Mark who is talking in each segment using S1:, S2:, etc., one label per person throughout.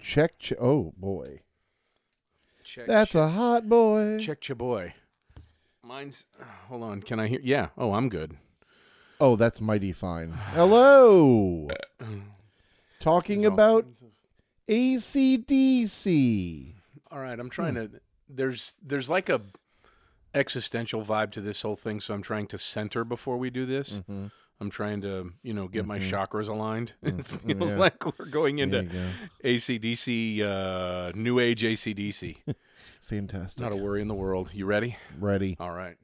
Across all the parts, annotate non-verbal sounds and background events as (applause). S1: Check. Ch- oh boy,
S2: Check,
S1: that's
S2: check,
S1: a hot boy.
S2: check your boy. Mine's. Hold on. Can I hear? Yeah. Oh, I'm good.
S1: Oh, that's mighty
S2: (sighs)
S1: fine. Hello. Talking
S2: There's all
S1: about ACDC.
S2: All right. I'm
S1: Hmm.
S2: trying to. There's there's like a existential vibe to this whole thing, so I'm trying to center before we do this.
S1: Mm-hmm.
S2: I'm trying to you know get my chakras aligned. (laughs) It feels
S1: Mm-hmm. Yeah.
S2: like we're going into
S1: There you go.
S2: ACDC, uh, New Age ACDC.
S1: Fantastic. (laughs)
S2: Not a worry in the world. You ready?
S1: Ready.
S2: All right.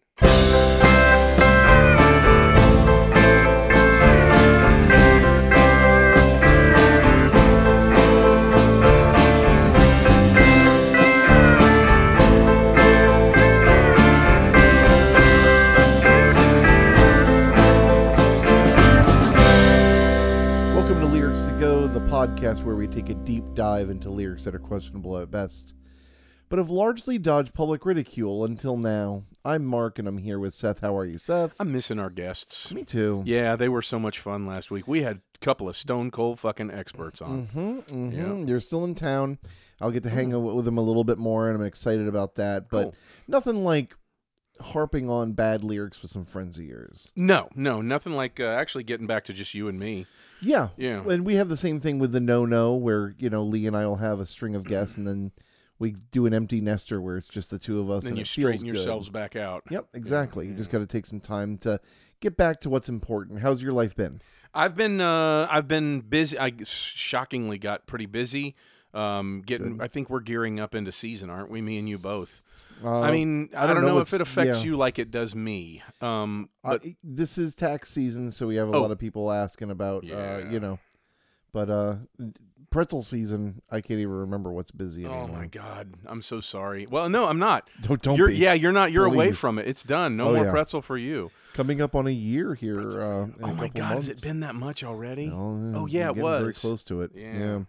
S1: Welcome to Lyrics to Go, the podcast where we take a deep dive into lyrics that are questionable at best, but have largely dodged public ridicule until now. I'm Mark, and I'm here with Seth. How are you, Seth?
S2: I'm missing our guests.
S1: Me too.
S2: Yeah, they were so much fun last week. We had a couple of stone cold fucking experts on.
S1: hmm hmm They're still in town. I'll get to hang out with them a little bit more, and I'm excited about that. But
S2: Mm-hmm. Cool.
S1: nothing like harping on bad lyrics with some friends of yours.
S2: No, no, nothing like uh, actually getting back to just you and me.
S1: Yeah.
S2: Yeah.
S1: And we have the same thing with the no no, where, you know, Lee and I will have a string of guests, and then we do an empty nester where it's just the two of us.
S2: Then
S1: and
S2: you
S1: it feels
S2: straighten
S1: good.
S2: yourselves back out.
S1: Yep, exactly. You just got to take some time to get back to what's important. How's your life been?
S2: I've been uh, I've been busy. I shockingly got pretty busy. Um, getting. I think we're gearing up into season, aren't we? Me and you both.
S1: Uh,
S2: I mean, I, don't, know, if
S1: what's-
S2: it affects
S1: yeah.
S2: you like it does me. Um,
S1: I, this is tax season, so we have a
S2: Oh.
S1: lot of people asking about, uh,
S2: Yeah.
S1: you know, but uh, pretzel season. I can't even remember what's busy anymore.
S2: oh my god, I'm so sorry. Well, no, I'm not.
S1: (laughs) Don't, don't
S2: You're,
S1: be
S2: yeah, you're not. You're away
S1: Please.
S2: from it. It's done. No
S1: Oh,
S2: more
S1: yeah.
S2: pretzel for you.
S1: coming up on a year here. Uh, in a
S2: Oh
S1: couple
S2: my God,
S1: months.
S2: has it been that much already?
S1: Oh,
S2: Oh, yeah, it
S1: getting very
S2: was.
S1: close to it.
S2: Yeah,
S1: Yeah,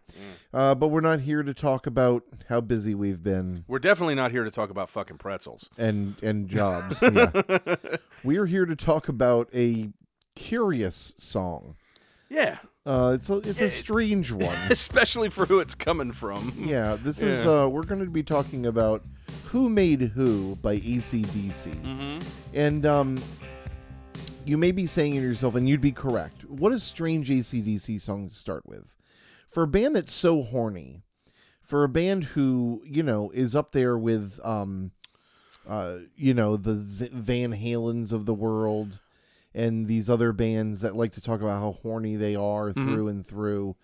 S1: Uh, but we're not here to talk about how busy we've been
S2: We're definitely not here to talk about fucking pretzels.
S1: and
S2: (laughs)
S1: and jobs. yeah. We are here to talk about a curious song.
S2: Yeah,
S1: Uh, it's a it's a strange one.
S2: (laughs) especially for who it's coming from.
S1: (laughs) Yeah, this is
S2: Yeah.
S1: uh, we're going to be talking about "Who Made Who" by E ECDC,
S2: Mm-hmm.
S1: and um, you may be saying to yourself, and you'd be correct. What a strange ACDC song to start with, for a band that's so horny, for a band who you know is up there with um, uh, you know the Z- Van Halens of the world. And these other bands that like to talk about how horny they are through and through,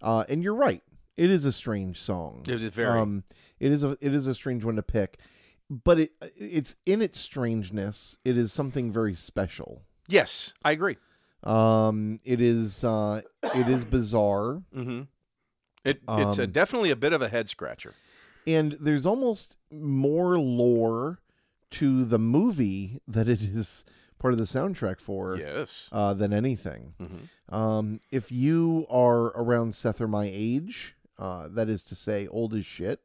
S1: uh, and you're right, it is a strange song.
S2: It is very.
S1: Um, it is a it is a strange one to pick, but it it's in its strangeness. It is something very special.
S2: yes, I agree.
S1: Um, it is uh, it is bizarre,
S2: Mm-hmm. It, it's a,
S1: Um,
S2: definitely a bit of a head scratcher.
S1: and there's almost more lore to the movie that it is part of the soundtrack for
S2: Yes.
S1: uh, than anything.
S2: Mhm.
S1: Um, if you are around Seth or my age, uh, that is to say, old as
S2: (laughs)
S1: shit,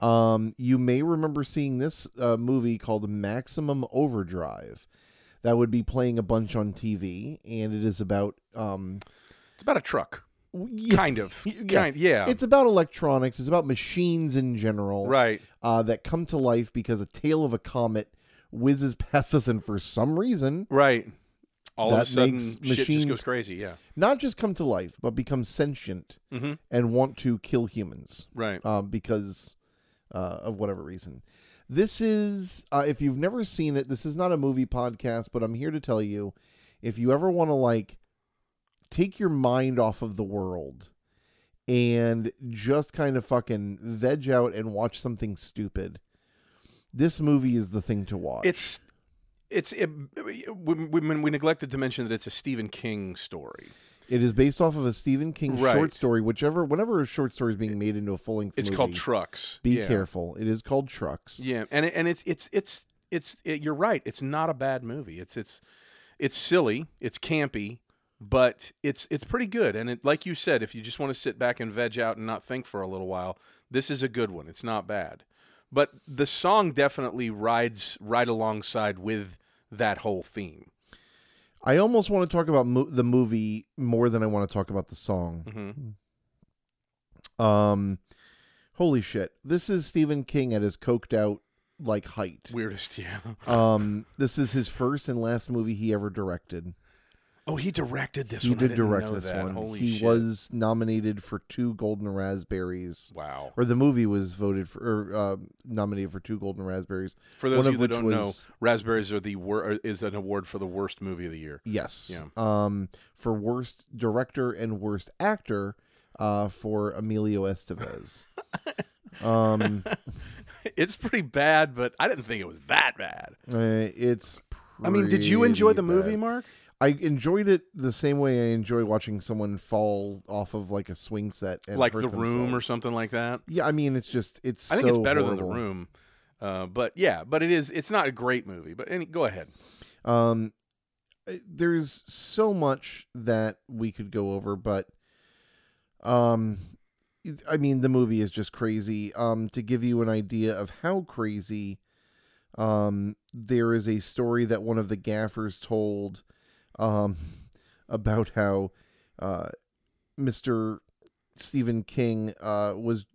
S1: um, you may remember seeing this uh, movie called Maximum Overdrive. That would be playing a bunch on TV, and it is about um,
S2: It's about
S1: (laughs)
S2: a truck,
S1: w- yeah,
S2: kind of.
S1: Yeah.
S2: Kind, yeah.
S1: it's about electronics. It's about machines in general
S2: right.
S1: uh, that come to life because a tail of a comet whizzes (laughs) past us, and for some reason,
S2: Right. All of a
S1: That
S2: sudden,
S1: makes
S2: shit just goes
S1: machines-
S2: crazy. Yeah.
S1: not just come to life, but become sentient
S2: Mhm.
S1: and want to kill humans.
S2: Right.
S1: um, because uh, of whatever reason. This is, uh, if you've never seen it, this is not a movie podcast, but I'm here to tell you if you ever want to like take your mind off of the world and just kind of fucking veg out and watch something stupid, this movie is the thing to watch.
S2: It's. It's it, we, we, we neglected to mention that it's a Stephen King story.
S1: it is based off of a Stephen King
S2: Right.
S1: short story, whichever, whenever a short story is being made into a full length
S2: It's
S1: movie.
S2: called Trucks.
S1: Be
S2: yeah.
S1: careful. It is called Trucks.
S2: Yeah, and it, and it's it's it's it's it, you're right. It's not a bad movie. It's it's it's silly. It's campy, but it's it's pretty good. And it, like you said, if you just want to sit back and veg out and not think for a little while, this is a good one. It's not bad, but the song definitely rides right alongside with that whole theme.
S1: I almost want to talk about mo- the movie more than I want to talk about the song.
S2: Mm-hmm.
S1: Um, holy shit! This is Stephen King at his coked out like height.
S2: Weirdest, (laughs) yeah.
S1: Um, this is his first and last movie he ever directed.
S2: Oh, he directed this
S1: he
S2: one. I
S1: did
S2: didn't
S1: direct
S2: know
S1: this
S2: that.
S1: one.
S2: Holy
S1: he
S2: shit.
S1: was nominated for two Golden Raspberries,
S2: Wow.
S1: or the movie was voted for, or uh, nominated for two Golden Raspberries.
S2: For those
S1: one
S2: of
S1: of
S2: you that
S1: which
S2: don't
S1: was-
S2: know, Raspberries are the wor- is an award for the worst movie of the year.
S1: Yes.
S2: Yeah.
S1: Um, for worst director and worst actor, uh, for Emilio
S2: (laughs)
S1: Estevez. um, uh,
S2: It's pretty bad, but I didn't think it was that bad.
S1: Uh, it's.
S2: I mean, did you enjoy the
S1: pretty
S2: movie,
S1: bad.
S2: Mark?
S1: I enjoyed it the same way I enjoy watching someone fall off of like a swing set, and
S2: Like
S1: hurt
S2: The Room or
S1: themselves.
S2: something like that?
S1: Yeah, I mean, it's just it's.
S2: I think
S1: so
S2: it's better than
S1: horrible.
S2: The Room. Uh, but yeah, but it is. It's not a great movie. But any, go ahead.
S1: Um, there's so much that we could go over, but um, it- I mean, the movie is just crazy. Um, to give you an idea of how crazy, um, there is a story that one of the gaffers told, um, (laughs) about how, uh, Mr. Stephen King, uh, was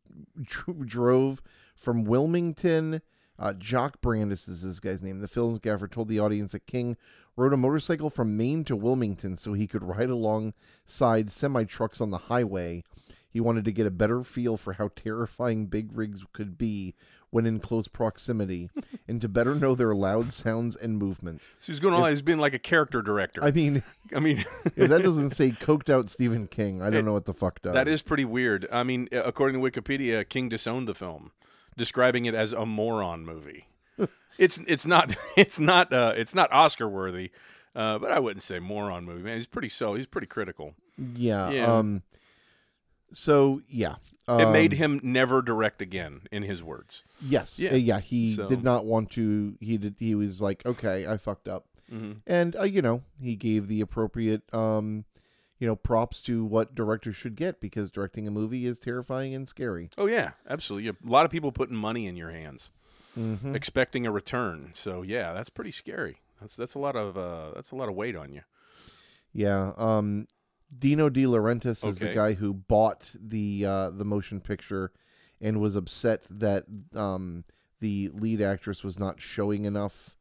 S1: dr- drove from Wilmington. Uh, Jock Brandis is this guy's name. The film gaffer told the audience that King rode a motorcycle from Maine to Wilmington so he could ride alongside semi trucks on the highway. He wanted to get a better feel for how terrifying big rigs could be when in close
S2: (laughs)
S1: proximity and to better know their loud sounds and movements.
S2: So he's going on. He's being like a character director.
S1: I
S2: (laughs)
S1: mean,
S2: I mean,
S1: if that doesn't say coked out Stephen King, I don't know what the fuck does.
S2: That is pretty weird. I mean, uh, according to Wikipedia, King disowned the film, describing it as a moron (laughs) movie. it's it's not (laughs) it's not uh, it's not Oscar worthy, uh, but I wouldn't say moron movie. Man, he's pretty so he's pretty critical.
S1: Yeah.
S2: Yeah.
S1: Um. So yeah. Um,
S2: it made him never direct again, in his words.
S1: Yes.
S2: Yeah.
S1: Yeah. yeah he
S2: So-
S1: did not want to. He did. He was like, okay, I fucked up,
S2: Mm-hmm.
S1: and uh, you know, he gave the appropriate, um, you know, props to what directors should get because directing a movie is terrifying and scary.
S2: Oh yeah, absolutely. A lot of people putting money in your hands, expecting a return. So yeah, that's pretty scary. That's that's a lot of uh, that's a lot of weight on you.
S1: Yeah. Um, Dino De Laurentiis is the
S2: Okay.
S1: guy who bought the uh, the motion picture, and was upset that um, the lead actress was not showing enough,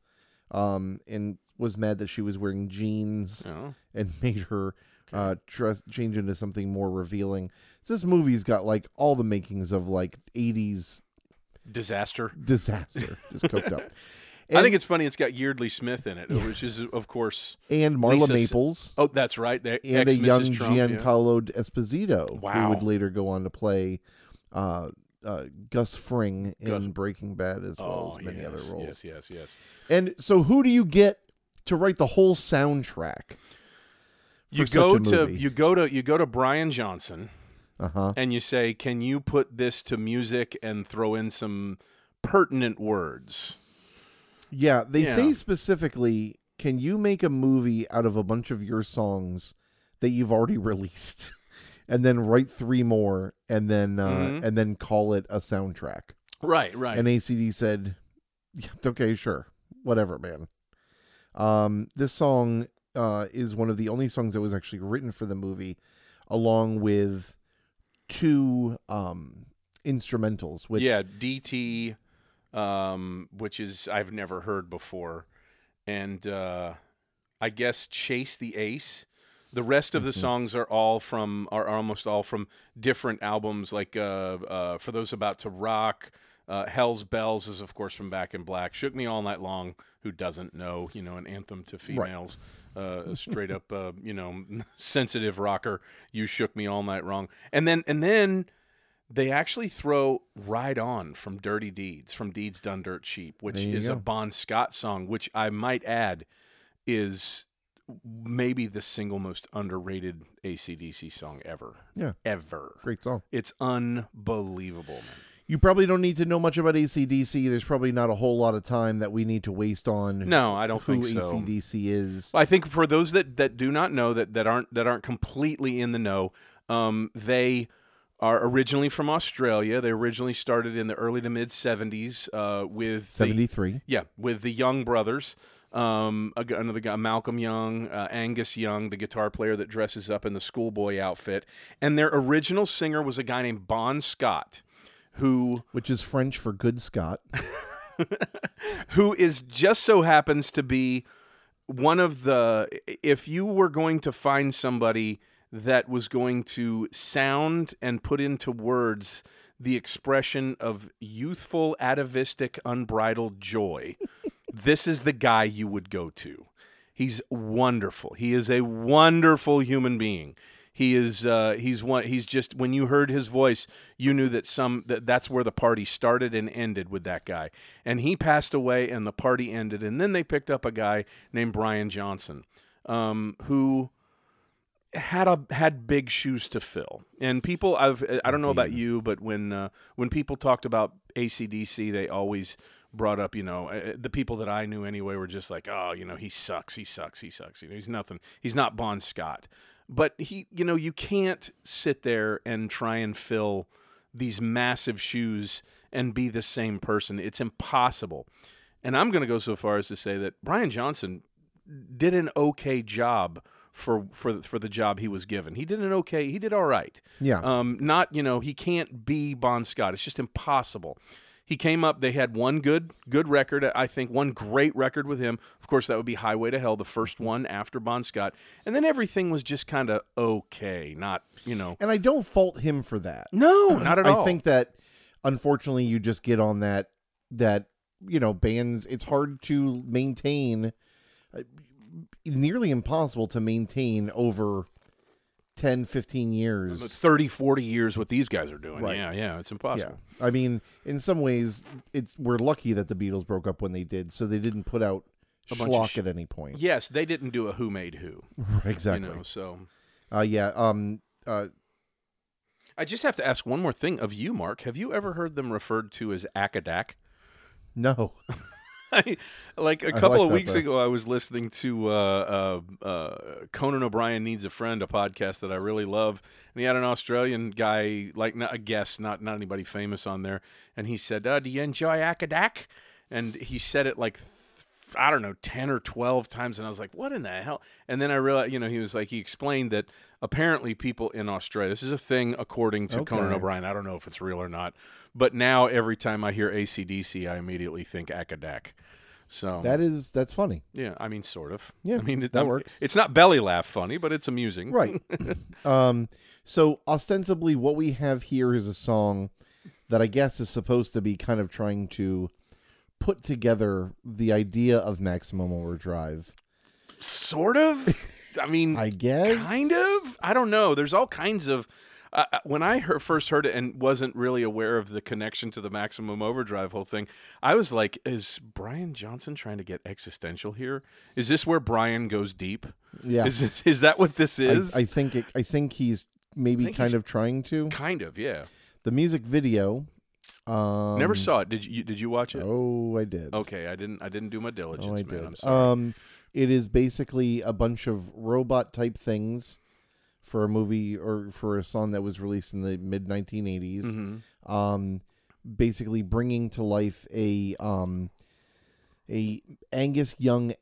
S1: um, and was mad that she was wearing jeans
S2: You know?
S1: and (laughs) made her uh, dress change into something more revealing. So this movie's got like all the makings of like '80s
S2: Disaster.
S1: disaster, just cooked
S2: (laughs)
S1: up.
S2: I
S1: And-
S2: think it's funny. It's got Yeardley Smith in it, which is of course
S1: And Marla
S2: Lisa Sa-
S1: Maples.
S2: Oh, that's right. They,
S1: and
S2: ex
S1: a young
S2: Mrs. Trump, yeah.
S1: Giancarlo Esposito, who
S2: Wow.
S1: would later go on to play uh, uh, Gus Fring in
S2: Gus- Oh,
S1: Breaking Bad, as well as many
S2: yes,
S1: other roles.
S2: Yes, yes, yes.
S1: And so, who do you get to write the whole soundtrack?
S2: You
S1: such
S2: go
S1: a
S2: to
S1: movie.
S2: you go to you go to Brian Johnson
S1: Uh huh.
S2: and you say, "Can you put this to music and throw in some pertinent words?"
S1: Yeah, they
S2: Yeah.
S1: say specifically, can you make a movie out of a bunch of your songs that you've already (laughs) released, and then write three more, and then uh,
S2: Mhm.
S1: and then call it a soundtrack?
S2: Right, right.
S1: And ACD said, yeah, (laughs) okay, sure. Whatever, man. Um, this song uh, is one of the only songs that was actually written for the movie, along with two um, instrumentals, which
S2: yeah, DT, um, which is I've never heard before, and uh, I guess Chase the Ace. The rest of
S1: Mm-hmm.
S2: the songs are all from are are almost all from different albums. Like uh, uh, for those about to rock, uh, Hell's Bells is of course from Back in Black. Shook Me All Night Long. Who doesn't know? You know, an anthem to females. Uh, a
S1: (laughs)
S2: straight up, uh, you know, sensitive rocker. You shook me all night wrong. And then and then they actually throw Ride On from Dirty Deeds, from Deeds Done Dirt Cheap, which
S1: There you
S2: is a
S1: go.
S2: Bon Scott song, which I might add is maybe the single most underrated ACDC song ever.
S1: Yeah.
S2: Ever.
S1: great song.
S2: It's unbelievable, man.
S1: You probably don't need to know much about ACDC. There's probably not a whole lot of time that we need to waste on
S2: No, I don't
S1: who
S2: think so.
S1: ACDC is.
S2: I think for those that, that do not know that that aren't that aren't completely in the know, um, they are originally from Australia. They originally started in the early to mid '70s uh, with the-
S1: 73.
S2: Yeah, with the Young Brothers. Um, a gu- another guy, Malcolm Young, uh, Angus Young, the guitar player that dresses up in the schoolboy outfit, and their original singer was a guy named Bon Scott, who
S1: which is French for good
S2: (laughs)
S1: Scott.
S2: who is just so happens to be one of the if you were going to find somebody that was going to sound and put into words the expression of youthful atavistic unbridled joy (laughs) this is the guy you would go to he's wonderful he is a wonderful human being he is uh, he's one he's just when you heard his voice you knew that some that that's where the party started and ended with that guy and he passed away and the party ended and then they picked up a guy named brian johnson um, who had a had big shoes to fill and people i've i don't know about you but when uh, when people talked about acdc they always brought up you know uh, the people that i knew anyway were just like oh you know he sucks he sucks he sucks you know he's nothing he's not bon scott but he you know you can't sit there and try and fill these massive shoes and be the same person it's impossible and i'm going to go so far as to say that brian johnson did an okay job for for for the job he was given. He did an okay. He did all right.
S1: Yeah.
S2: Um. Not you know he can't be Bon Scott. It's just impossible. He came up. They had one good good record. I think one great record with him. Of course, that would be Highway to Hell, the first one after Bon Scott, and then everything was just kind of okay. Not you know.
S1: And I don't fault him for that.
S2: No, not at all.
S1: I think that unfortunately you just get on that that you know bands it's hard to maintain uh, nearly impossible to maintain over 10 15
S2: it's
S1: years
S2: 30, 40 years what these guys are doing.
S1: Right.
S2: Yeah, yeah, it's
S1: yeah
S2: impossible.
S1: i mean in some ways it's we're lucky that the beatles broke up when they did so they didn't put out
S2: bunch of
S1: schlock
S2: sh-
S1: at any point
S2: Yes, they didn't do a who made who.
S1: exactly
S2: You know, so
S1: uh yeah um uh
S2: I just have to ask one more thing of you, Mark. Have you ever heard them referred to as Akadak?
S1: no
S2: (laughs) like a
S1: I
S2: couple
S1: like
S2: of
S1: that,
S2: weeks
S1: though.
S2: ago, I was listening to uh, uh, uh, Conan O'Brien Needs a Friend, a podcast that I really love. And he had an Australian guy, like not a guest, not, not anybody famous on there. And he said, uh, Do you enjoy Akadak? And he said it like, th- I don't know, 10 or 12 times. And I was like, What in the hell? And then I realized, you know, he was like, He explained that apparently people in Australia, this is a thing according to Conan
S1: Okay.
S2: O'Brien. I don't know if it's real or not. But now every time I hear ACDC, I immediately think Akadak. So
S1: that is that's funny
S2: yeah, I mean, sort of.
S1: Yeah,
S2: I mean it,
S1: that
S2: I'm-
S1: works.
S2: It's not belly laugh funny, but it's amusing.
S1: Right. (laughs) um, so ostensibly, what we have here is a song that I guess is supposed to be kind of trying to put together the idea of maximum overdrive. (laughs)
S2: Sort of. I mean,
S1: I guess
S2: kind of. I don't know. There's all kinds of. Uh, when I heard, first heard it and wasn't really aware of the connection to the Maximum Overdrive whole thing, I was like, "Is Brian Johnson trying to get existential here? Is this where Brian goes deep?
S1: Yeah,
S2: Is it, is that what this
S1: I,
S2: is?
S1: I think it, I think he's maybe
S2: think
S1: kind
S2: he's-
S1: of trying to.
S2: kind of, yeah.
S1: The music video. Um,
S2: Never saw it. Did you? Did you watch it?
S1: Oh, I did.
S2: Okay, I didn't. I didn't do my diligence,
S1: Oh, I
S2: man. I'm
S1: did.
S2: sorry.
S1: Um, it is basically a bunch of robot type things for a movie or for a song that was released in the mid 1980s.
S2: Mhm.
S1: Um, basically bringing to life a um, a Angus Young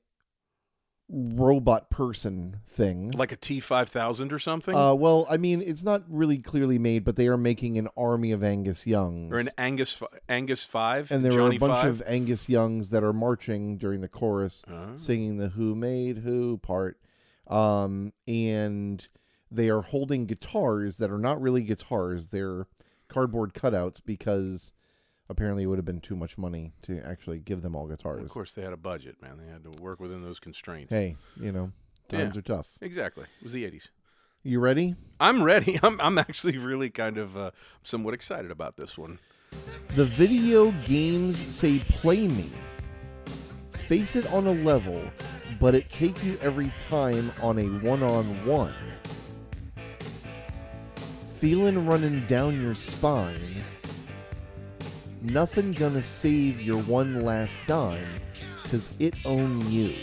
S1: robot person thing.
S2: like a T five thousand or something,
S1: Uh, well, I mean, it's not really clearly made, but they are making an army of Angus Youngs.
S2: or an Angus fi- Angus five,
S1: and there
S2: Johnny
S1: are a bunch
S2: five.
S1: of Angus Youngs that are marching during the chorus
S2: Oh.
S1: singing the who made who part um and they are holding guitars that are not really guitars they're cardboard cutouts because apparently it would have been too much money to actually give them all
S2: Of
S1: guitars
S2: course, they had a budget, man. They had to work within those constraints.
S1: hey you know times
S2: Yeah.
S1: are tough
S2: Exactly. It was the eighties.
S1: you ready
S2: I'm ready. (laughs) I'm I'm actually really kind of uh, somewhat excited about this one.
S1: the video games say play me face it on a level but it take you every time on a one-on-one feeling running down your spine nothing gonna save your one last dime cause it own you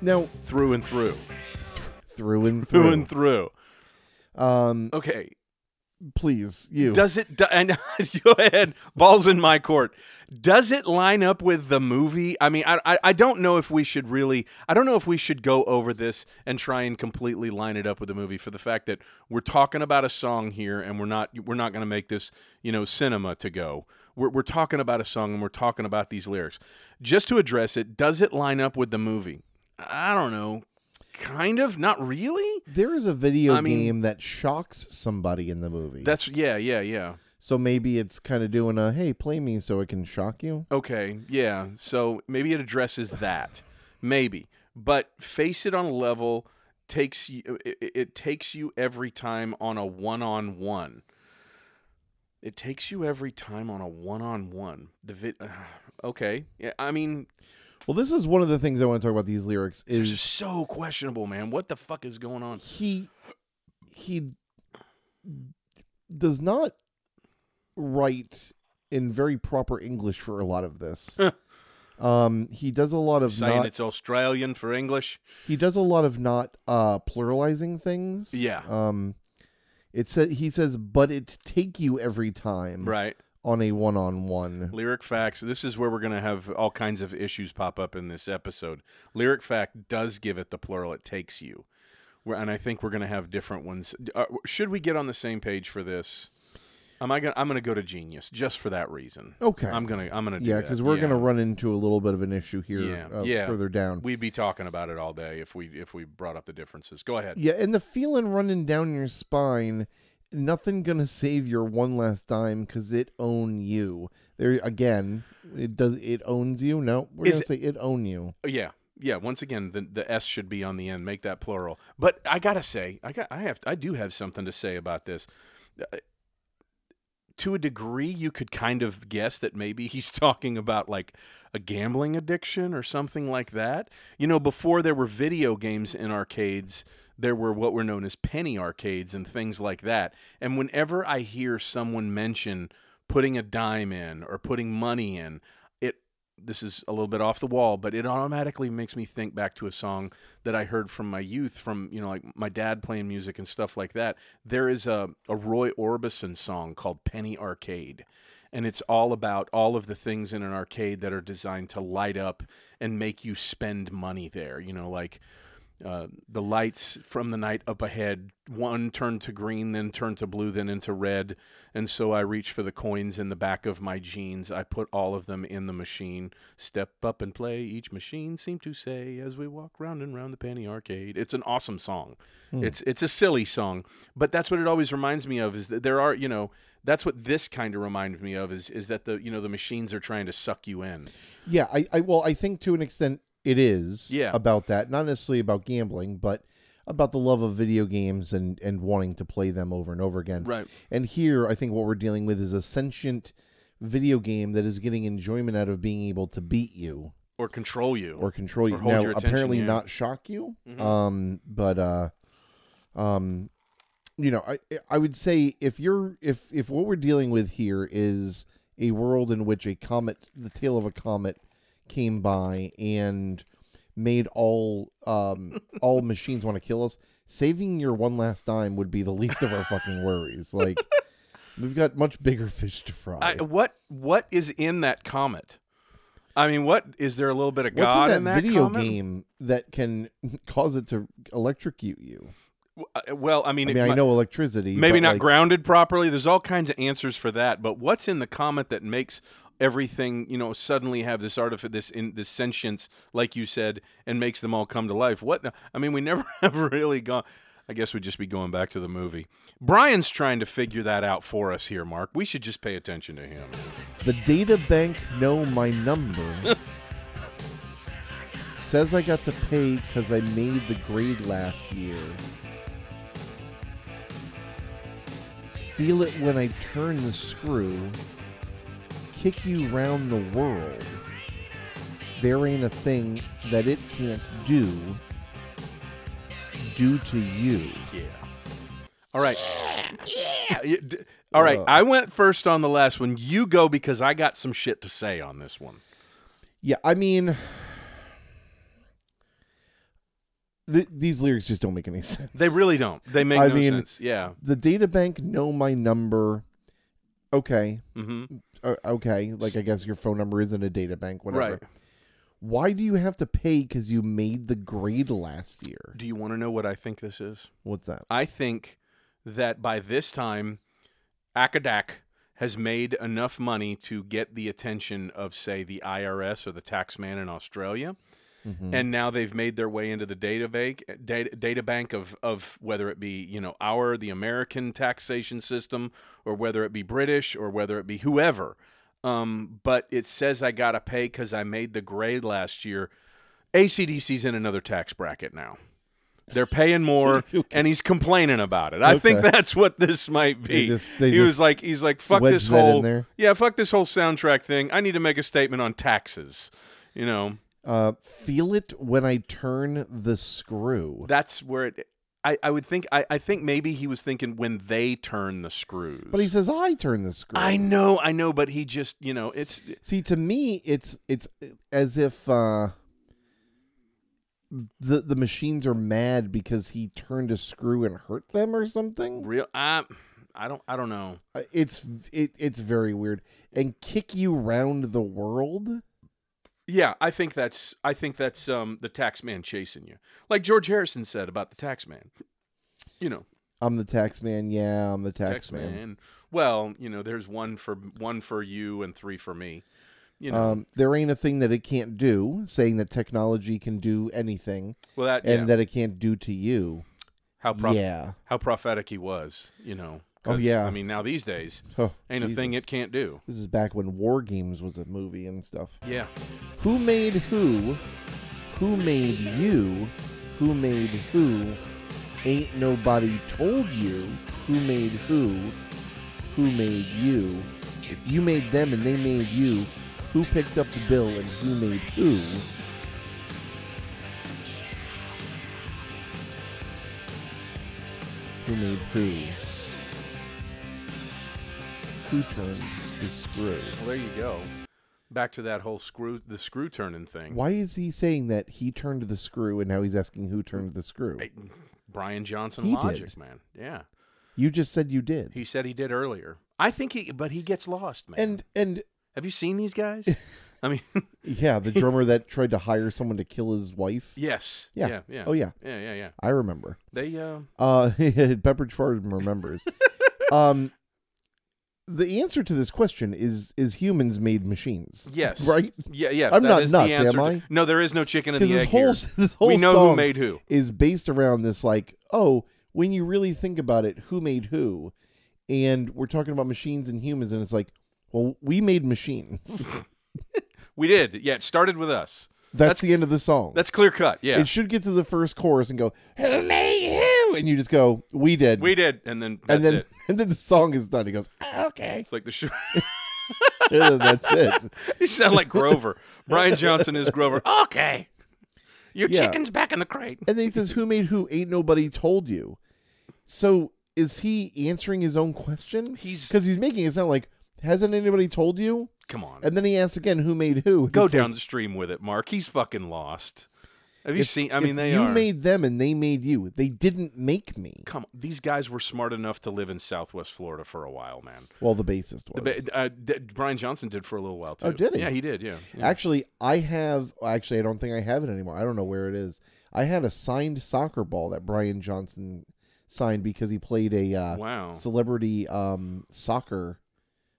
S1: now
S2: Through and through.
S1: through and
S2: Through
S1: through,
S2: and through.
S1: um
S2: Okay.
S1: please, you.
S2: Does it? do- And (laughs) go ahead, balls in my court. Does it line up with the movie? I mean, I, I I don't know if we should really. I don't know if we should go over this and try and completely line it up with the movie for the fact that we're talking about a song here, and we're not we're not going to make this you know cinema to go. We're we're talking about a song, and we're talking about these lyrics. Just to address it, does it line up with the movie? I don't know. Kind of, not really.
S1: there is a video
S2: I mean-
S1: game that shocks somebody in the movie.
S2: That's yeah, yeah, yeah.
S1: so maybe it's kind of doing a hey, play me so it can shock you.
S2: Okay, yeah. So maybe it addresses that, maybe. But face it on a level takes you. It, it- it takes you every time on a one-on-one. It takes you every time on a one-on-one. The vid. (sighs) Okay. Yeah. I mean,
S1: Well, this is one of the things I want to talk about these lyrics
S2: it's
S1: is
S2: so questionable, man. What the fuck is going on?
S1: he he does not write in very proper English for a lot of
S2: (laughs)
S1: this. um, he does a lot of
S2: Saying
S1: not.
S2: it's Australian for English.
S1: He does a lot of not uh, pluralizing things.
S2: Yeah.
S1: Um, it said he says, "But it take you every time
S2: Right.
S1: on a one on one."
S2: Lyric facts. This is where we're going to have all kinds of issues pop up in this episode. Lyric fact does give it the plural. It takes you. We're, and I think we're going to have different ones. Uh, should we get on the same page for this? Am I gonna, I'm going to go to Genius just for that reason.
S1: Okay.
S2: I'm going to. I'm going to.
S1: yeah,
S2: because
S1: because we're gonna run into a little bit of an issue here
S2: Yeah,
S1: uh,
S2: yeah.
S1: further down.
S2: We'd be talking about it all day if we if we brought up the differences. Go ahead.
S1: Yeah, and the feeling running down your spine, nothing gonna save your one last dime because it own you. There again, it does it owns you. No, we're
S2: Is
S1: gonna say it own you.
S2: Oh, Yeah. Yeah, once again, the, the S should be on the end. Make that plural. But I gotta say, I got, I have, I do have something to say about this. Uh, To a degree, you could kind of guess that maybe he's (laughs) talking about like a gambling addiction or something like that. You know, before there were video games in arcades, there were what were known as penny arcades and things like that. And whenever I hear someone mention putting a dime in or putting money in, it this is a little bit off the wall, but it automatically makes me think back to a song that I heard from my youth, from you know, like my dad playing music and stuff like that. There is a, a Roy Orbison song called Penny Arcade, and it's all about all of the things in an arcade that are designed to light up and make you spend money there. You know, like uh, the lights from the night up ahead. One turned to green, then turned to blue, then into red. And so I reached for the coins in the back of my jeans. I put all of them in the machine. Step up and play, each machine seemed to say as we walk round and round the penny arcade. It's an awesome song. It's it's a silly song, but that's what it always reminds me of. Is that there are you know. That's what this kind of reminds me of is is that the you know the machines are trying to suck you in.
S1: Yeah, I, I well, I think to an extent it is
S2: Yeah.
S1: about that. Not necessarily about gambling, but about the love of video games and and wanting to play them over and over again.
S2: Right.
S1: And here, I think what we're dealing with is a sentient video game that is getting enjoyment out of being able to beat you.
S2: Or control you.
S1: or control you.
S2: Or hold
S1: now,
S2: your attention,
S1: apparently
S2: yeah. Mm-hmm.
S1: not shock you. Um, but uh, um, you know, I I would say if you're if if what we're dealing with here is a world in which a comet, the tail of a comet, came by and made all um
S2: (laughs)
S1: all machines want to kill us saving your one last dime would be the least of our fucking worries like we've got much bigger fish to fry
S2: I, what what is in that comet? I mean, what is there a little bit of
S1: what's
S2: God
S1: in that, video
S2: comet?
S1: game that can (laughs) cause it to electrocute you
S2: W- uh, Well, I mean,
S1: I
S2: it
S1: mean, I
S2: mi-
S1: know electricity.
S2: maybe
S1: but,
S2: not
S1: like,
S2: grounded properly. There's all kinds of answers for that. But what's in the comet that makes everything you know suddenly have this artifact, this in this sentience, like you said, and makes them all come to life? What? I mean, we (laughs) never have really gone. I guess we'd just be going back to the movie. Brian's trying to figure that out for us here, Mark. We should just pay attention to him.
S1: The data bank know my number. says I got to pay because I made the grade last year. Feel it when I turn the screw. Kick you round the world. There ain't a thing that it can't do. Due to you.
S2: Yeah. All right. Yeah. You d- All right. I went first on the last one. You go because I got some shit to say on this one.
S1: Yeah, I mean, th- these lyrics just don't make any (laughs) sense.
S2: They really don't. They make
S1: I
S2: no
S1: mean-
S2: sense. Yeah.
S1: the data bank know my number. Okay,
S2: hmm
S1: uh, okay. Like I guess your phone number isn't a data bank. Whatever.
S2: Right.
S1: Why do you have to pay because you made the grade last year?
S2: Do you want to know what I think this is?
S1: What's that?
S2: I think that by this time, Akadak has made enough money to get the attention of, say, the IRS or the tax man in Australia. And now they've made their way into the data bank, data, data bank of, of whether it be you know our the American taxation system, or whether it be British, or whether it be whoever. Um, but it says I gotta pay because I made the grade last year. ACDC's in another tax bracket now. They're paying more, and he's complaining about it. I think
S1: Okay.
S2: that's what this might be.
S1: They just- they
S2: he was
S1: just
S2: like, he's like, fuck
S1: wedged
S2: this
S1: that in
S2: whole,
S1: there.
S2: yeah, fuck this whole soundtrack thing. I need to make a statement on taxes. You know,
S1: Uh, feel it when I turn the screw.
S2: that's where it. I, I would think I, I think maybe he was thinking when they turn the screws.
S1: But he says I turn the screw.
S2: I know, I know, but he just you know it's
S1: See, to me, it's it's as if uh, the the machines are mad because he turned a screw and hurt them or something.
S2: real. I I don't I don't know.
S1: Uh, It's it, it's very weird. And kick you round the world.
S2: Yeah, I think that's I think that's um the tax man chasing you, like George Harrison said about the tax man. You know,
S1: I'm the tax man. Yeah, I'm the tax,
S2: tax
S1: man.
S2: man. Well, you know, there's one for one for you and three for me. You know,
S1: Um, there ain't a thing that it can't do. Saying that technology can do anything
S2: well that
S1: and
S2: yeah,
S1: that it can't do to you.
S2: how prof-
S1: yeah.
S2: how prophetic he was. You know.
S1: Oh,
S2: 'cause,
S1: yeah.
S2: I mean, now these days,
S1: Oh,
S2: ain't a thing
S1: Jesus.
S2: it can't do.
S1: This is back when War Games was a movie and stuff.
S2: Yeah.
S1: Who made who? Who made you? Who made who? Ain't nobody told you who made who? Who made you? If you made them and they made you, who picked up the bill and who made who? Who made who? Who turned the screw?
S2: Well, there you go. Back to that whole screw the screw turning thing.
S1: Why is he saying that he turned the screw and now he's asking who turned the screw?
S2: Hey, Brian Johnson
S1: He
S2: logic,
S1: did.
S2: man. Yeah.
S1: You just said you did.
S2: He said he did earlier. I think he but he gets lost, man.
S1: and and
S2: Have you seen
S1: (laughs)
S2: these guys? I mean, (laughs)
S1: yeah, the drummer that tried to hire someone to kill his wife.
S2: yes.
S1: Yeah.
S2: Yeah. Yeah.
S1: Oh yeah,
S2: Yeah. Yeah. yeah.
S1: I remember.
S2: They. Uh,
S1: Uh (laughs) Pepperidge Farm
S2: (laughs)
S1: remembers. um the answer to this question is is humans made machines.
S2: Yes.
S1: (laughs) Right?
S2: yeah. Yeah.
S1: I'm
S2: that
S1: not
S2: is the
S1: nuts, am
S2: answer to-
S1: I?
S2: No, there is no chicken and
S1: Because
S2: the
S1: this
S2: egg
S1: whole (laughs)
S2: here.
S1: this whole
S2: we know
S1: song
S2: who made who.
S1: is based around this like, oh, when you really think about it, who made who? And we're talking about machines and humans, and it's like, well, we made
S2: (laughs)
S1: machines.
S2: We did. Yeah. It started with us.
S1: That's, the end of the song.
S2: That's clear cut. Yeah.
S1: It should get to the first chorus and go, who made who? And you just go, we did.
S2: we did, and then that's
S1: and then
S2: it.
S1: (laughs) and then the song is done. He goes, okay. (laughs)
S2: It's like the show. (laughs)
S1: And then that's it.
S2: you sound like Grover.
S1: (laughs)
S2: Brian Johnson is Grover. Okay. Your
S1: Yeah.
S2: chicken's back in the crate.
S1: And then he says, Who made who? Ain't nobody told you. So is he answering his own question?
S2: He's-
S1: because he's making it sound like, hasn't anybody told you?
S2: Come on.
S1: And then he asks again, "Who made who?" And
S2: Go
S1: it's
S2: downstream down
S1: like,
S2: the stream with it, Mark. He's fucking lost. Have you seen? I
S1: if
S2: mean, they
S1: you
S2: are.
S1: made them and they made you. They didn't make me.
S2: Come on, these guys were smart enough to live in Southwest Florida for a while, man.
S1: Well, the bassist was.
S2: But, uh, D- Brian Johnson did for a little while too.
S1: Oh, did he?
S2: Yeah, he did. Yeah. yeah.
S1: Actually, I have. Actually, I don't think I have it anymore. I don't know where it is. I had a signed soccer ball that Brian Johnson signed because he played a uh,
S2: wow.
S1: celebrity um, soccer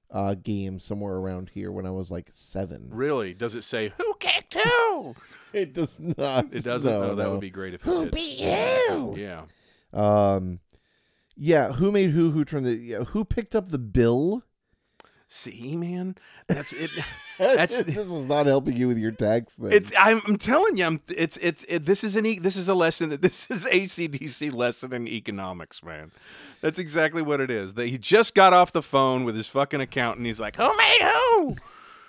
S1: uh, game somewhere around here when I was like seven.
S2: Really? Does it say who kicked who?
S1: (laughs) It does not.
S2: It doesn't.
S1: No,
S2: oh, that
S1: no.
S2: would be great if
S1: Who
S2: it did.
S1: beat you?
S2: Yeah.
S1: Um, yeah. Who made who? Who turned the? Yeah, who picked up the bill?
S2: See, man, that's it. (laughs)
S1: (laughs)
S2: That's-
S1: this is not helping you with your tax thing.
S2: It's I'm, I'm telling you, I'm, it's it's it, this is an e- this is a lesson. (laughs) This is ACDC lesson in economics, man. That's exactly what it is. That he just got off the phone with his fucking accountant. He's like, "Who made who?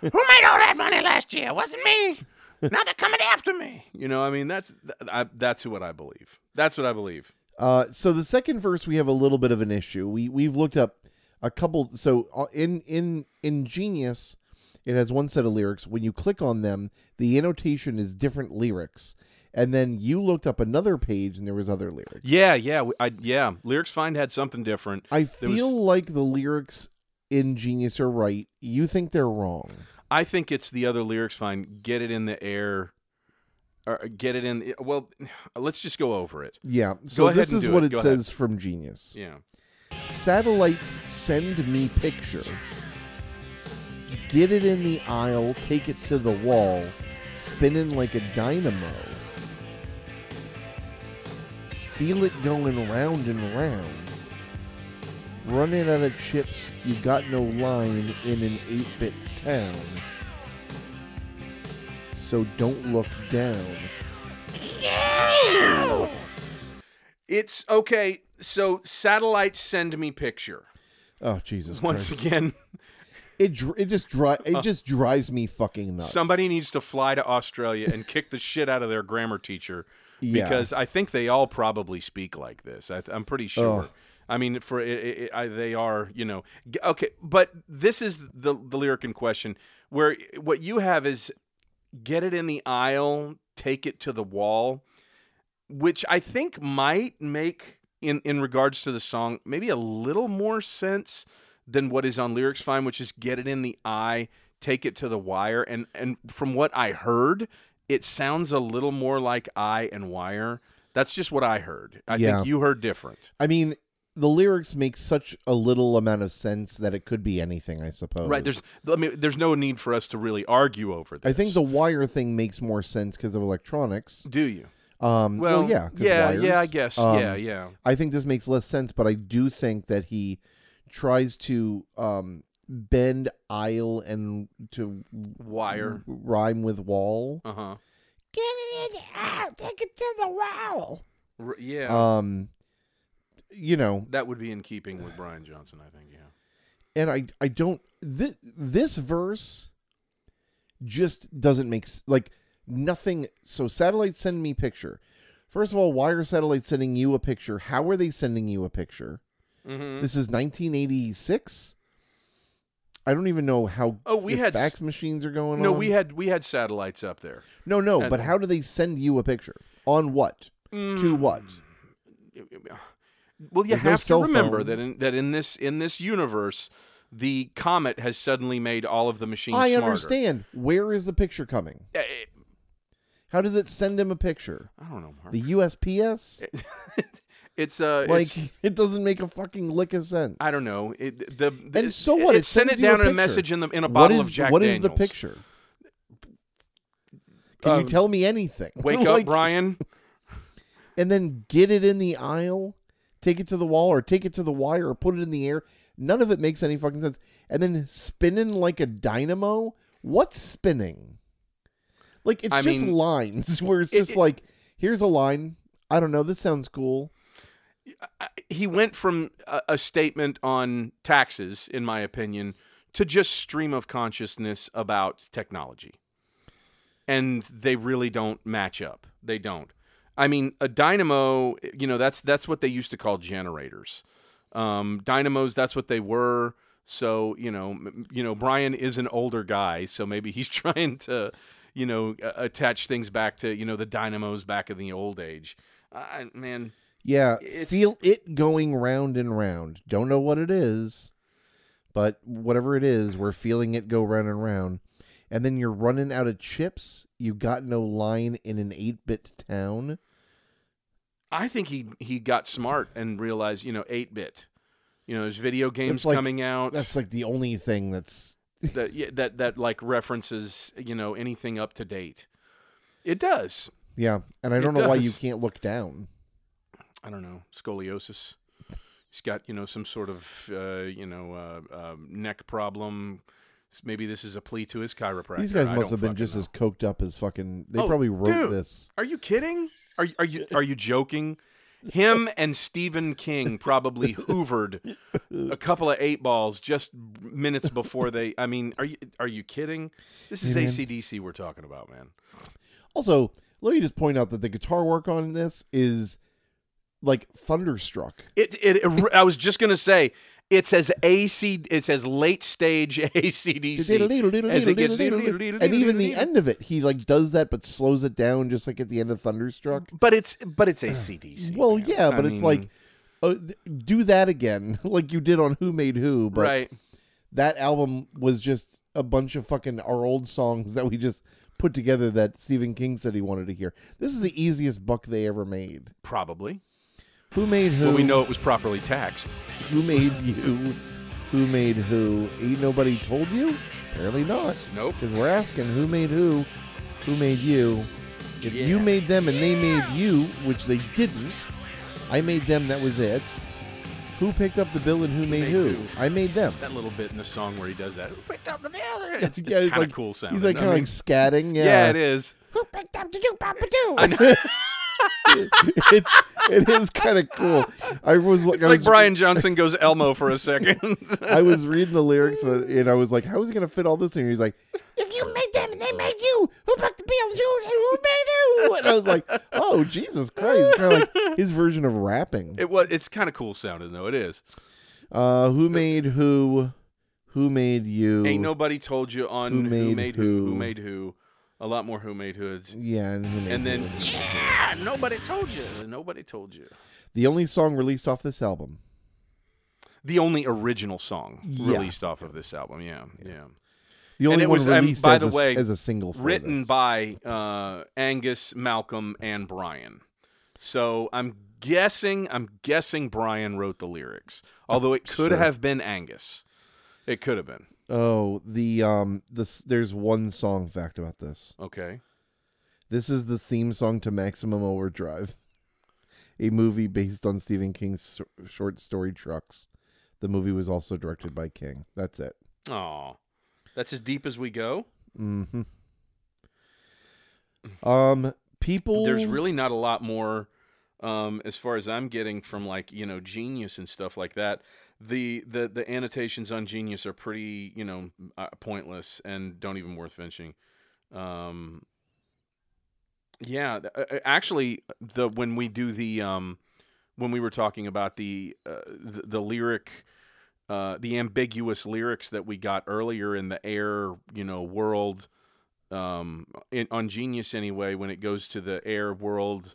S2: who made all that money last year? Wasn't me. Now they're coming after me." You know, I mean, that's th- I, that's what I believe. That's what I believe.
S1: uh, so the second verse, we have a little bit of an issue. We we've looked up a couple. So uh, in in ingenious It has one set of lyrics. When you click on them, the annotation is different lyrics. And then you looked up another page and there was other lyrics.
S2: Yeah, yeah, we- I, yeah. Lyrics Find had something different.
S1: I
S2: There was-
S1: feel like the lyrics in Genius are right. You think they're wrong.
S2: I think it's the other lyrics Find. Get it in the air, or get it in. Well, (sighs) let's just go over it.
S1: Yeah. So
S2: ahead
S1: this
S2: and
S1: is
S2: do
S1: what
S2: it.
S1: it,
S2: Go ahead.
S1: says from Genius.
S2: Yeah.
S1: Satellites send me picture. Get it in the aisle, take it to the wall, spinning like a dynamo. Feel it going round and round. Running out of chips, you got no line in an 8 bit town. So don't look down.
S2: It's okay. So satellites send me picture
S1: Oh Jesus
S2: (laughs) once
S1: Christ.
S2: again.
S1: It dr- it just dri- it
S2: (laughs)
S1: just drives me fucking nuts.
S2: Somebody needs to fly to Australia and kick (laughs) the shit out of their grammar teacher
S1: Yeah.
S2: because I think they all probably speak like this. I, I'm pretty sure.
S1: Ugh.
S2: I mean, for it, it, it, I, they are, you know, g- okay. But this is the the lyric in question, where what you have is get it in the aisle, take it to the wall, which I think might make in in regards to the song maybe a little more sense than what is on lyrics fine, which is get it in the eye, take it to the wire, and and from what I heard, it sounds a little more like eye and wire. That's just what I heard. I
S1: Yeah.
S2: think you heard different,
S1: I mean, the lyrics make such a little amount of sense that it could be anything, I suppose.
S2: right? There's I mean, there's no need for us to really argue over this.
S1: I think the wire thing makes more sense because of electronics.
S2: do you?
S1: Um, well,
S2: Well,
S1: yeah, 'cause
S2: yeah,
S1: wires.
S2: yeah. I guess,
S1: Um,
S2: yeah, yeah.
S1: I think this makes less sense, but I do think that he tries to um, bend aisle and to
S2: Wire.
S1: mm. rhyme with wall.
S2: Uh huh.
S1: Get it in the aisle, take it to the wall.
S2: R- yeah.
S1: Um, you know,
S2: that would be in keeping with Brian Johnson, I think. Yeah.
S1: and I I don't this this verse just doesn't make s- like nothing. So satellites send me picture. First of all, why are satellites sending you a picture? How are they sending you a picture?
S2: Mm-hmm.
S1: This is 1986. I don't even know how.
S2: Oh, we
S1: if
S2: had s-
S1: fax machines are going
S2: No,
S1: on.
S2: we had we had satellites up there.
S1: no, no.
S2: had- Hmm,
S1: But how do they send you a picture? On what? To what?
S2: Well, you
S1: There's no
S2: have
S1: cell
S2: to remember
S1: phone.
S2: that in, that in this in this universe, the comet has suddenly made all of the machines.
S1: I
S2: smarter.
S1: understand. Where is the picture coming?
S2: Eh, eh,
S1: How does it send him a picture?
S2: I don't know, Mark.
S1: The USPS?
S2: it's uh,
S1: like
S2: it's-
S1: (laughs) it doesn't make a fucking lick of sense.
S2: I don't know. It, the, the
S1: And so what?
S2: It,
S1: It
S2: sent
S1: sends
S2: it
S1: you a
S2: down in a
S1: picture.
S2: message in the in a
S1: What
S2: bottle
S1: is
S2: of Jack
S1: what is
S2: Daniels.
S1: the picture? (laughs) Can you
S2: Um,
S1: tell me anything? (laughs)
S2: Wake
S1: Like,
S2: up, Brian.
S1: And then get it in the aisle, take it to the wall, or take it to the wire, or put it in the air. None of it makes any fucking sense. And then spinning like a dynamo. What's spinning? Like it's
S2: I
S1: just
S2: mean,
S1: lines (laughs) where it's
S2: it-
S1: just
S2: it-
S1: like, here's a line. I don't know. This sounds cool.
S2: he went from a, a statement on taxes, in my opinion, to just stream of consciousness about technology. And they really don't match up. They don't. I mean, a dynamo, you know, that's that's what they used to call generators. Um, dynamos, that's what they were. So you know, m- m- you know, Brian is an older guy, so maybe he's (laughs) trying to, you know, a- attach things back to you know the dynamos back in the old age. I man,
S1: Yeah,
S2: It's-
S1: feel it going round and round. Don't know what it is, but whatever it is, we're feeling it go round and round. And then you're running out of chips. You got no line in an 8 bit town.
S2: I think he he got smart and realized, you know, eight bit. You know, there's video games
S1: like-
S2: coming out
S1: That's like the only thing that's.
S2: (laughs) that yeah, that that like references, you know, anything up to date. It does.
S1: Yeah. And I
S2: It
S1: don't know why you
S2: does.
S1: can't look down.
S2: I don't know scoliosis. He's got you know some sort of uh, you know uh, um, neck problem. S- Maybe this is a plea to his chiropractor.
S1: These guys
S2: I
S1: must
S2: don't
S1: have been
S2: fucking
S1: just
S2: know.
S1: as coked up as fucking. They
S2: Oh,
S1: probably wrote
S2: dude.
S1: this.
S2: Are you kidding? Are you- are you are you joking? Him and Stephen King probably hoovered a couple of eight balls just minutes before they. I mean, are you are you kidding? This is
S1: Hey, man.
S2: ACDC we're talking about, man.
S1: Also, let me just point out that the guitar work on this is like thunderstruck.
S2: It, it it- I was just gonna say It's as AC. It's as late stage (laughs) ACDC. As it gets-
S1: and even the end of it, he like does that, but slows it down, just like at the end of Thunderstruck.
S2: But it's but it's ACDC.
S1: Uh, Well,
S2: man.
S1: yeah,
S2: I
S1: but it's
S2: mean,
S1: like uh, th- do that again, (laughs) like you did on Who Made Who. But
S2: right.
S1: that album was just a bunch of fucking our old songs that we just put together that Stephen King said he wanted to hear. This is the easiest buck they ever made.
S2: Probably.
S1: Who made who?
S2: But we know it was properly taxed.
S1: Who made you? Who made who? Ain't nobody told you? Apparently not.
S2: Nope.
S1: Because we're asking who made who? Who made you? If you
S2: Yeah.
S1: made them and they made you, which they didn't, I made them, that was it. Who picked up the bill and who, made,
S2: made
S1: who?
S2: who?
S1: I made them.
S2: That little bit in the song where he does that. Who picked up the other? It's,
S1: Yeah, he's
S2: kind of
S1: like-
S2: cool sounding.
S1: He's like
S2: I
S1: kind of like
S2: mean,
S1: scatting. Yeah,
S2: yeah. it is.
S1: Who picked up the doo
S2: I know.
S1: (laughs) It's it is kind of cool. I was like,
S2: It's
S1: I (laughs)
S2: like
S1: was,
S2: Brian Johnson goes Elmo for a second. (laughs)
S1: I was reading the lyrics with- and I was like, how is he gonna fit all this in? here? He's like, if you made them and they made you, who picked the bill and who and who made who? And I was like, oh Jesus Christ! Kind of like his version of rapping.
S2: it was. It's kind of cool sounding though. It is.
S1: Uh, who made who? Who made you?
S2: Ain't nobody told you on
S1: Who
S2: who made
S1: made
S2: who, who,
S1: who.
S2: made who. A lot more who made who.
S1: Yeah, and who made
S2: And
S1: who?
S2: then yeah, nobody told you. Nobody told you.
S1: the only song released off this album.
S2: The only original song
S1: Yeah.
S2: released off of this album. Yeah, yeah.
S1: The only
S2: it
S1: one
S2: was, um,
S1: released
S2: by
S1: as,
S2: the
S1: a, s-
S2: way,
S1: as a single. For
S2: Written
S1: this.
S2: by uh, Angus, Malcolm, and Brian. So I'm guessing. I'm guessing Brian wrote the lyrics. Although it could
S1: Sure.
S2: have been Angus. It could have been.
S1: Oh, the um this there's one song fact about this.
S2: Okay.
S1: This is the theme song to Maximum Overdrive, a movie based on Stephen King's s- short story Trucks. The movie was also directed by King. That's it.
S2: Oh, that's as deep as we go.
S1: hmm Um people
S2: There's really not a lot more, um, as far as I'm getting from like you know Genius and stuff like that. The the the annotations on Genius are pretty you know uh, pointless and don't even worth mentioning. Um, yeah, th- uh, uh, actually, the when we do the um, when we were talking about the uh, the, the lyric. Uh, the ambiguous lyrics that we got earlier in the air, you know, world, um, in, on Genius anyway, when it goes to the air world,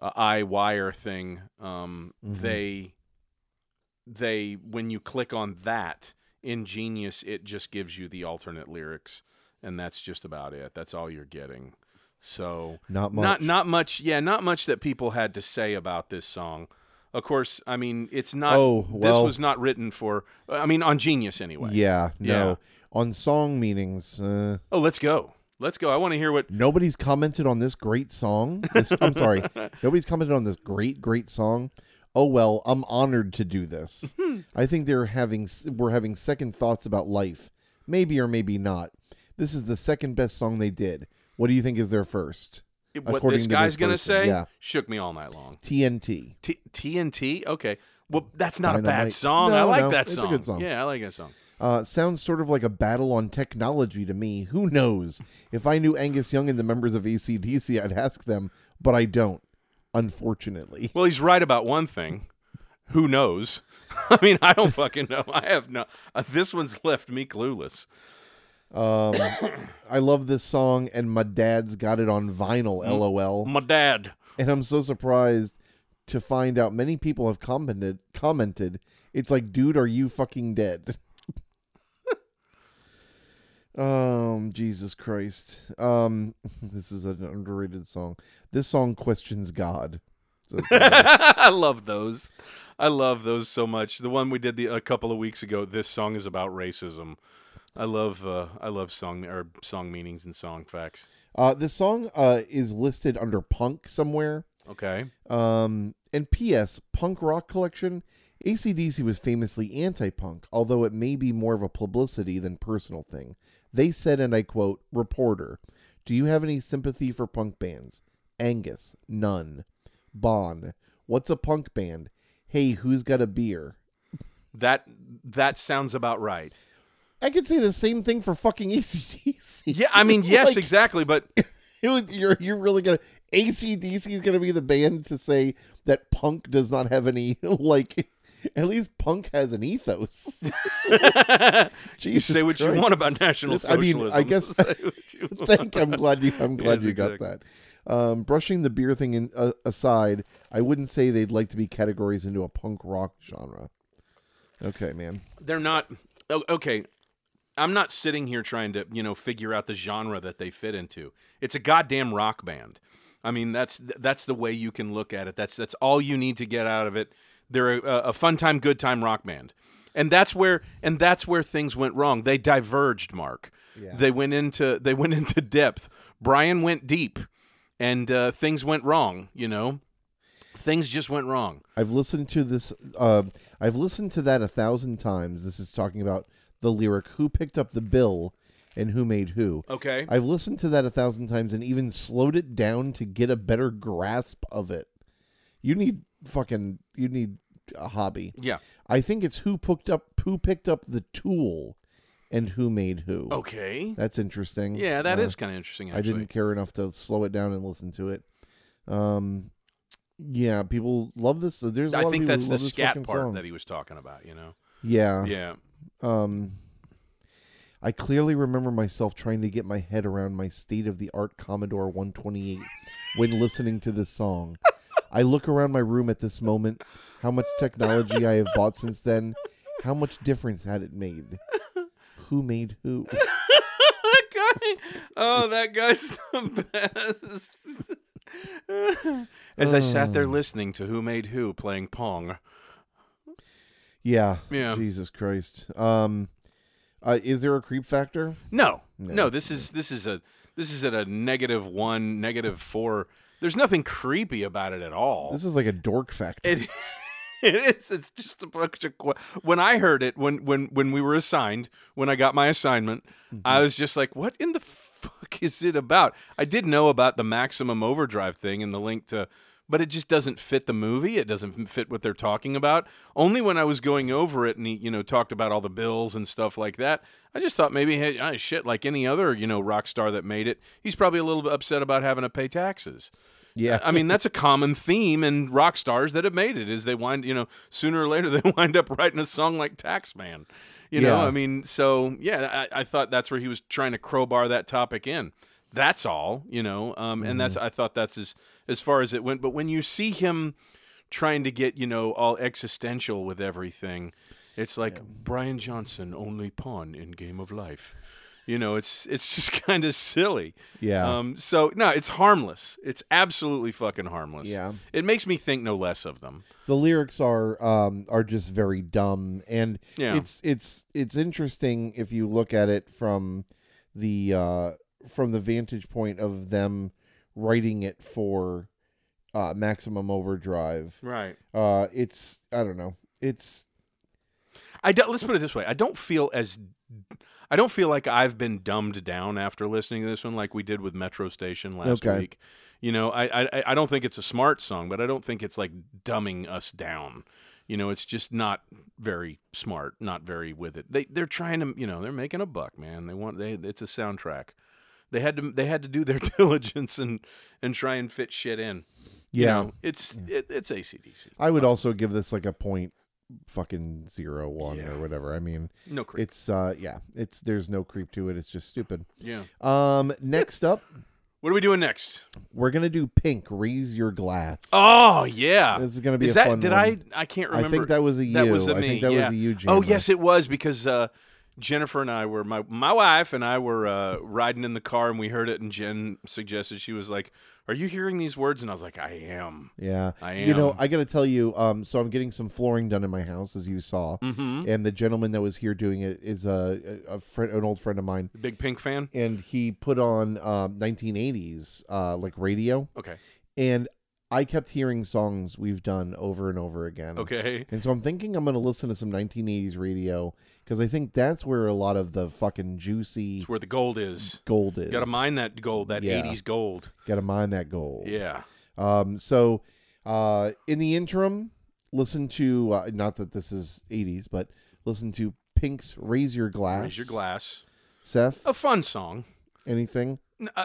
S2: uh, eye wire thing, um,
S1: Mhm.
S2: they, they, when you click on that in Genius, it just gives you the alternate lyrics, and that's just about it. That's all you're getting. So
S1: not much.
S2: not not much, yeah, not much that people had to say about this song. Of course, I mean it's not.
S1: Oh, well.
S2: this was not written for. I mean, on Genius anyway.
S1: yeah, no.
S2: Yeah.
S1: On song meanings, uh,
S2: Oh, let's go. Let's go. I want to hear what
S1: nobody's commented on this great song. This, I'm sorry. Nobody's commented on this great, great song. Oh well, I'm honored to do this. I think they're having we're having second thoughts about life, maybe or maybe not. This is the second best song they did. What do you think is their first?
S2: what
S1: according
S2: this
S1: to
S2: guy's
S1: this
S2: gonna
S1: person,
S2: say
S1: yeah.
S2: shook me all night long.
S1: TNT.
S2: T- TNT. Okay. Well, that's not a bad
S1: Dynamite.
S2: song. I
S1: No,
S2: like
S1: no,
S2: that
S1: it's
S2: song.
S1: a good song.
S2: Yeah, I like that song.
S1: Uh, sounds sort of like a battle on technology to me. Who knows? If I knew Angus Young and the members of ACDC, I'd ask them, but I don't. Unfortunately,
S2: Well, he's right about one thing. Who knows? (laughs) I mean, I don't fucking know. I have no. Uh, this one's left me clueless.
S1: um, I love this song, and my dad's got it on vinyl. LOL.
S2: My dad.
S1: and I'm so surprised to find out many people have commented commented it's like dude are you fucking dead (laughs) um jesus christ um (laughs) this is an underrated song this song questions god So sorry.
S2: (laughs) I love those. I love those so much. The one we did the, a couple of weeks ago. This song is about racism. I love. Uh, I love song or song meanings and song facts.
S1: uh this song uh is listed under punk somewhere
S2: Okay.
S1: Um, and P.S. Punk Rock Collection. ACDC was famously anti punk, although it may be more of a publicity than personal thing. They said, and I quote, Reporter, do you have any sympathy for punk bands? Angus, none. Bon, what's a punk band? Hey, who's got a beer?
S2: That that sounds about right.
S1: I could say the same thing for fucking (laughs) ACDC.
S2: Yeah, I mean, yes,
S1: Like,
S2: exactly. But
S1: it was- (laughs) you're, you're really going to. ACDC is going to be the band to say that punk does not have any, (laughs) like, At least punk has an
S2: (laughs)
S1: ethos.
S2: you
S1: Jesus
S2: say what you
S1: Christ.
S2: want about national
S1: I mean,
S2: socialism. (laughs)
S1: I guess-
S2: Say what you
S1: (laughs)
S2: want.
S1: Thank. I'm glad you. I'm glad
S2: Yes,
S1: you got that. Um, brushing the beer thing in, uh, aside, I wouldn't say they'd like to be categories into a punk rock genre. Okay, man.
S2: They're not o- okay. I'm not sitting here trying to you know figure out the genre that they fit into. It's a goddamn rock band. I mean that's that's the way you can look at it. That's that's all you need to get out of it. They're a, a fun time, good time rock band, and that's where and that's where things went wrong. They diverged, Mark. They went into they went into depth. Brian went deep, and uh, things went wrong. You know, things just went wrong.
S1: I've listened to this. Uh, I've listened to that a thousand times. This is talking about the lyric "Who picked up the bill and who made who."
S2: Okay.
S1: I've listened to that a thousand times and even slowed it down to get a better grasp of it. You need fucking. You need a hobby.
S2: yeah.
S1: I think it's who picked up who picked up the tool, and who made who.
S2: Okay.
S1: That's interesting.
S2: Oh. Yeah, that
S1: Uh,
S2: is kind of interesting.
S1: I
S2: Actually,
S1: didn't care enough to slow it down and listen to it. Um, yeah, people love this. uh, There's a
S2: I
S1: lot
S2: think
S1: of people
S2: that's
S1: who
S2: the
S1: love this
S2: scat
S1: fucking
S2: part
S1: song.
S2: that he was talking about. You (laughs) know.
S1: yeah.
S2: Yeah.
S1: Um, I clearly remember myself trying to get my head around my state of the art Commodore 128 when listening to this song. I look around my room at this moment, how much technology I have bought since then, how much difference had it made? Who made who?
S2: (laughs) that guy. Oh, that guy's (laughs) the best. Oh. As I sat there listening to Who Made Who playing Pong.
S1: Yeah.
S2: Yeah.
S1: Jesus Christ. Um, uh, is there a creep factor?
S2: No, no, this is this is a this is at a negative one, negative four. There's nothing creepy about it at all.
S1: This is like a dork factor.
S2: It, (laughs) it is. It's just a bunch of. que- When I heard it, when when when we were assigned, when I got my assignment, I was just like, "What in the fuck is it about?" I did know about the maximum overdrive thing and the link to, but it just doesn't fit the movie. It doesn't fit what they're talking about. Only when I was going over it and he, you know, talked about all the bills and stuff like that, I just thought maybe, hey, ah, shit, like any other you know rock star that made it, he's probably a little bit upset about having to pay taxes.
S1: yeah.
S2: I mean, that's a common theme in rock stars that have made it. Is they wind, you know, sooner or later (laughs) they wind up writing a song like Taxman. You know,
S1: Yeah.
S2: I mean, so yeah, I, I thought that's where he was trying to crowbar that topic in. That's all, you know, um, and that's
S1: Mm-hmm.
S2: I thought that's as as far as it went. But when you see him trying to get, you know, all existential with everything, it's like Brian Johnson only pawn in Game of Life. You know, it's it's (laughs) just kind of silly.
S1: Yeah.
S2: Um, so no, it's harmless. It's absolutely fucking harmless.
S1: Yeah.
S2: It makes me think no less of them.
S1: the lyrics are um are just very dumb and
S2: Yeah.
S1: it's it's it's interesting if you look at it from the uh from the vantage point of them writing it for uh maximum overdrive
S2: Right.
S1: uh it's i don't know it's
S2: I don't, let's put it this way. I don't feel as I don't feel like I've been dumbed down after listening to this one like we did with Metro Station last
S1: Okay.
S2: week. You know, I, I I don't think it's a smart song, but I don't think it's like dumbing us down. You know, it's just not very smart, not very with it. They they're trying to, you know, they're making a buck, man. They want they it's a soundtrack. They had to they had to do their (laughs) diligence and and try and fit shit in. You
S1: yeah
S2: know, it's It, it's ACDC.
S1: i would also give this like a point fucking zero one
S2: Yeah.
S1: or whatever i mean
S2: No creep.
S1: it's uh yeah it's there's no creep to it it's just stupid
S2: yeah.
S1: um next up
S2: What are we doing next?
S1: we're gonna do pink raise your glass
S2: Oh yeah.
S1: This is gonna be
S2: Is
S1: a
S2: that
S1: fun
S2: did
S1: one.
S2: I? I can't remember.
S1: I think that was a you.
S2: That was a
S1: I
S2: me,
S1: think that
S2: yeah.
S1: was a you.
S2: Oh
S1: Jammer.
S2: yes, it was because uh, Jennifer and I were my my wife and I were uh, riding in the car and we heard it and Jen suggested she was like, "Are you hearing these words?" And I was like, "I am."
S1: Yeah.
S2: I
S1: You know,
S2: am.
S1: I got to tell you. Um, so I'm getting some flooring done in my house, as you saw,
S2: Mm-hmm.
S1: and the gentleman that was here doing it is a a, a friend, an old friend of mine,
S2: Big Pink fan.
S1: and he put on um 1980s uh like radio,
S2: Okay.
S1: and I kept hearing songs we've done over and over again.
S2: Okay.
S1: And so I'm thinking I'm gonna listen to some 1980s radio because I think that's where a lot of the fucking juicy
S2: It's where the gold is.
S1: gold is.
S2: Got to mine that gold, that
S1: Yeah.
S2: '80s gold.
S1: Gotta mine that gold.
S2: Yeah.
S1: Um, so, uh, in the interim, listen to uh, not that this is '80s, but listen to Pink's "Raise Your Glass."
S2: Raise your glass.
S1: Seth.
S2: A fun song.
S1: Anything?
S2: N- uh,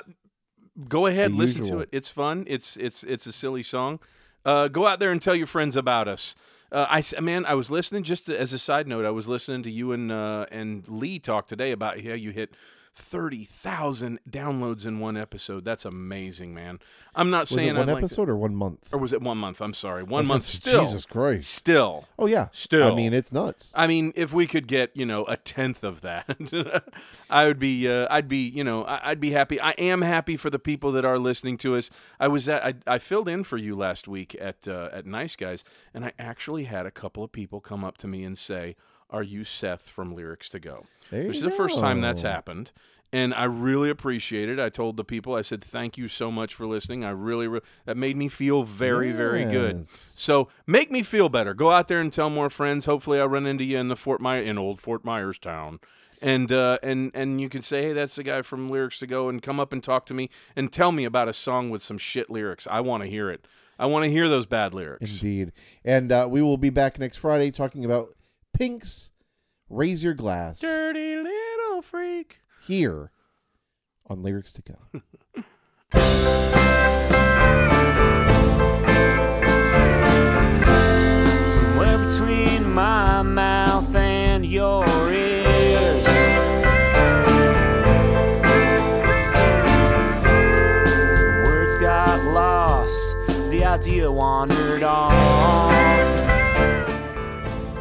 S2: go ahead,
S1: The
S2: listen
S1: usual.
S2: to it. It's fun. It's it's it's a silly song. Uh, go out there and tell your friends about us. Uh, I s- man, I was listening just to- as a side note. I was listening to you and uh, and Lee talk today about how you hit thirty thousand downloads in one episode. That's amazing, man. I'm not
S1: Was
S2: saying
S1: it one
S2: I'd like to-
S1: episode or one month?
S2: or was it one month? I'm sorry,
S1: (laughs)
S2: one
S1: I
S2: month.
S1: was
S2: Still,
S1: gonna say, Jesus Christ.
S2: still.
S1: Oh yeah. I
S2: Still.
S1: mean, it's nuts.
S2: I mean, if we could get you know a tenth of that, (laughs) I would be uh, I'd be you know I- I'd be happy. I am happy for the people that are listening to us. I was at, I, I filled in for you last week at uh, at Nice Guys, and I actually had a couple of people come up to me and say, "Are you Seth from Lyrics to Go?"
S1: There
S2: Which
S1: you
S2: is the first time that's
S1: go.
S2: happened. And I really appreciate it. I told the people, I said, thank you so much for listening. I really, re- that made me feel very, very good.
S1: Yes.
S2: So make me feel better. Go out there and tell more friends. Hopefully, I run into you in the Fort My in old Fort Myers town, and uh, and and you can say, hey, that's the guy from Lyrics to Go, and come up and talk to me and tell me about a song with some shit lyrics. I want to hear it. I want to hear those bad lyrics.
S1: Indeed. And uh, we will be back next Friday talking about Pink's Raise Your Glass
S2: Dirty little freak.
S1: here on Lyrics to Go.
S3: somewhere between my mouth and your ears. Some words got lost, the idea wandered off.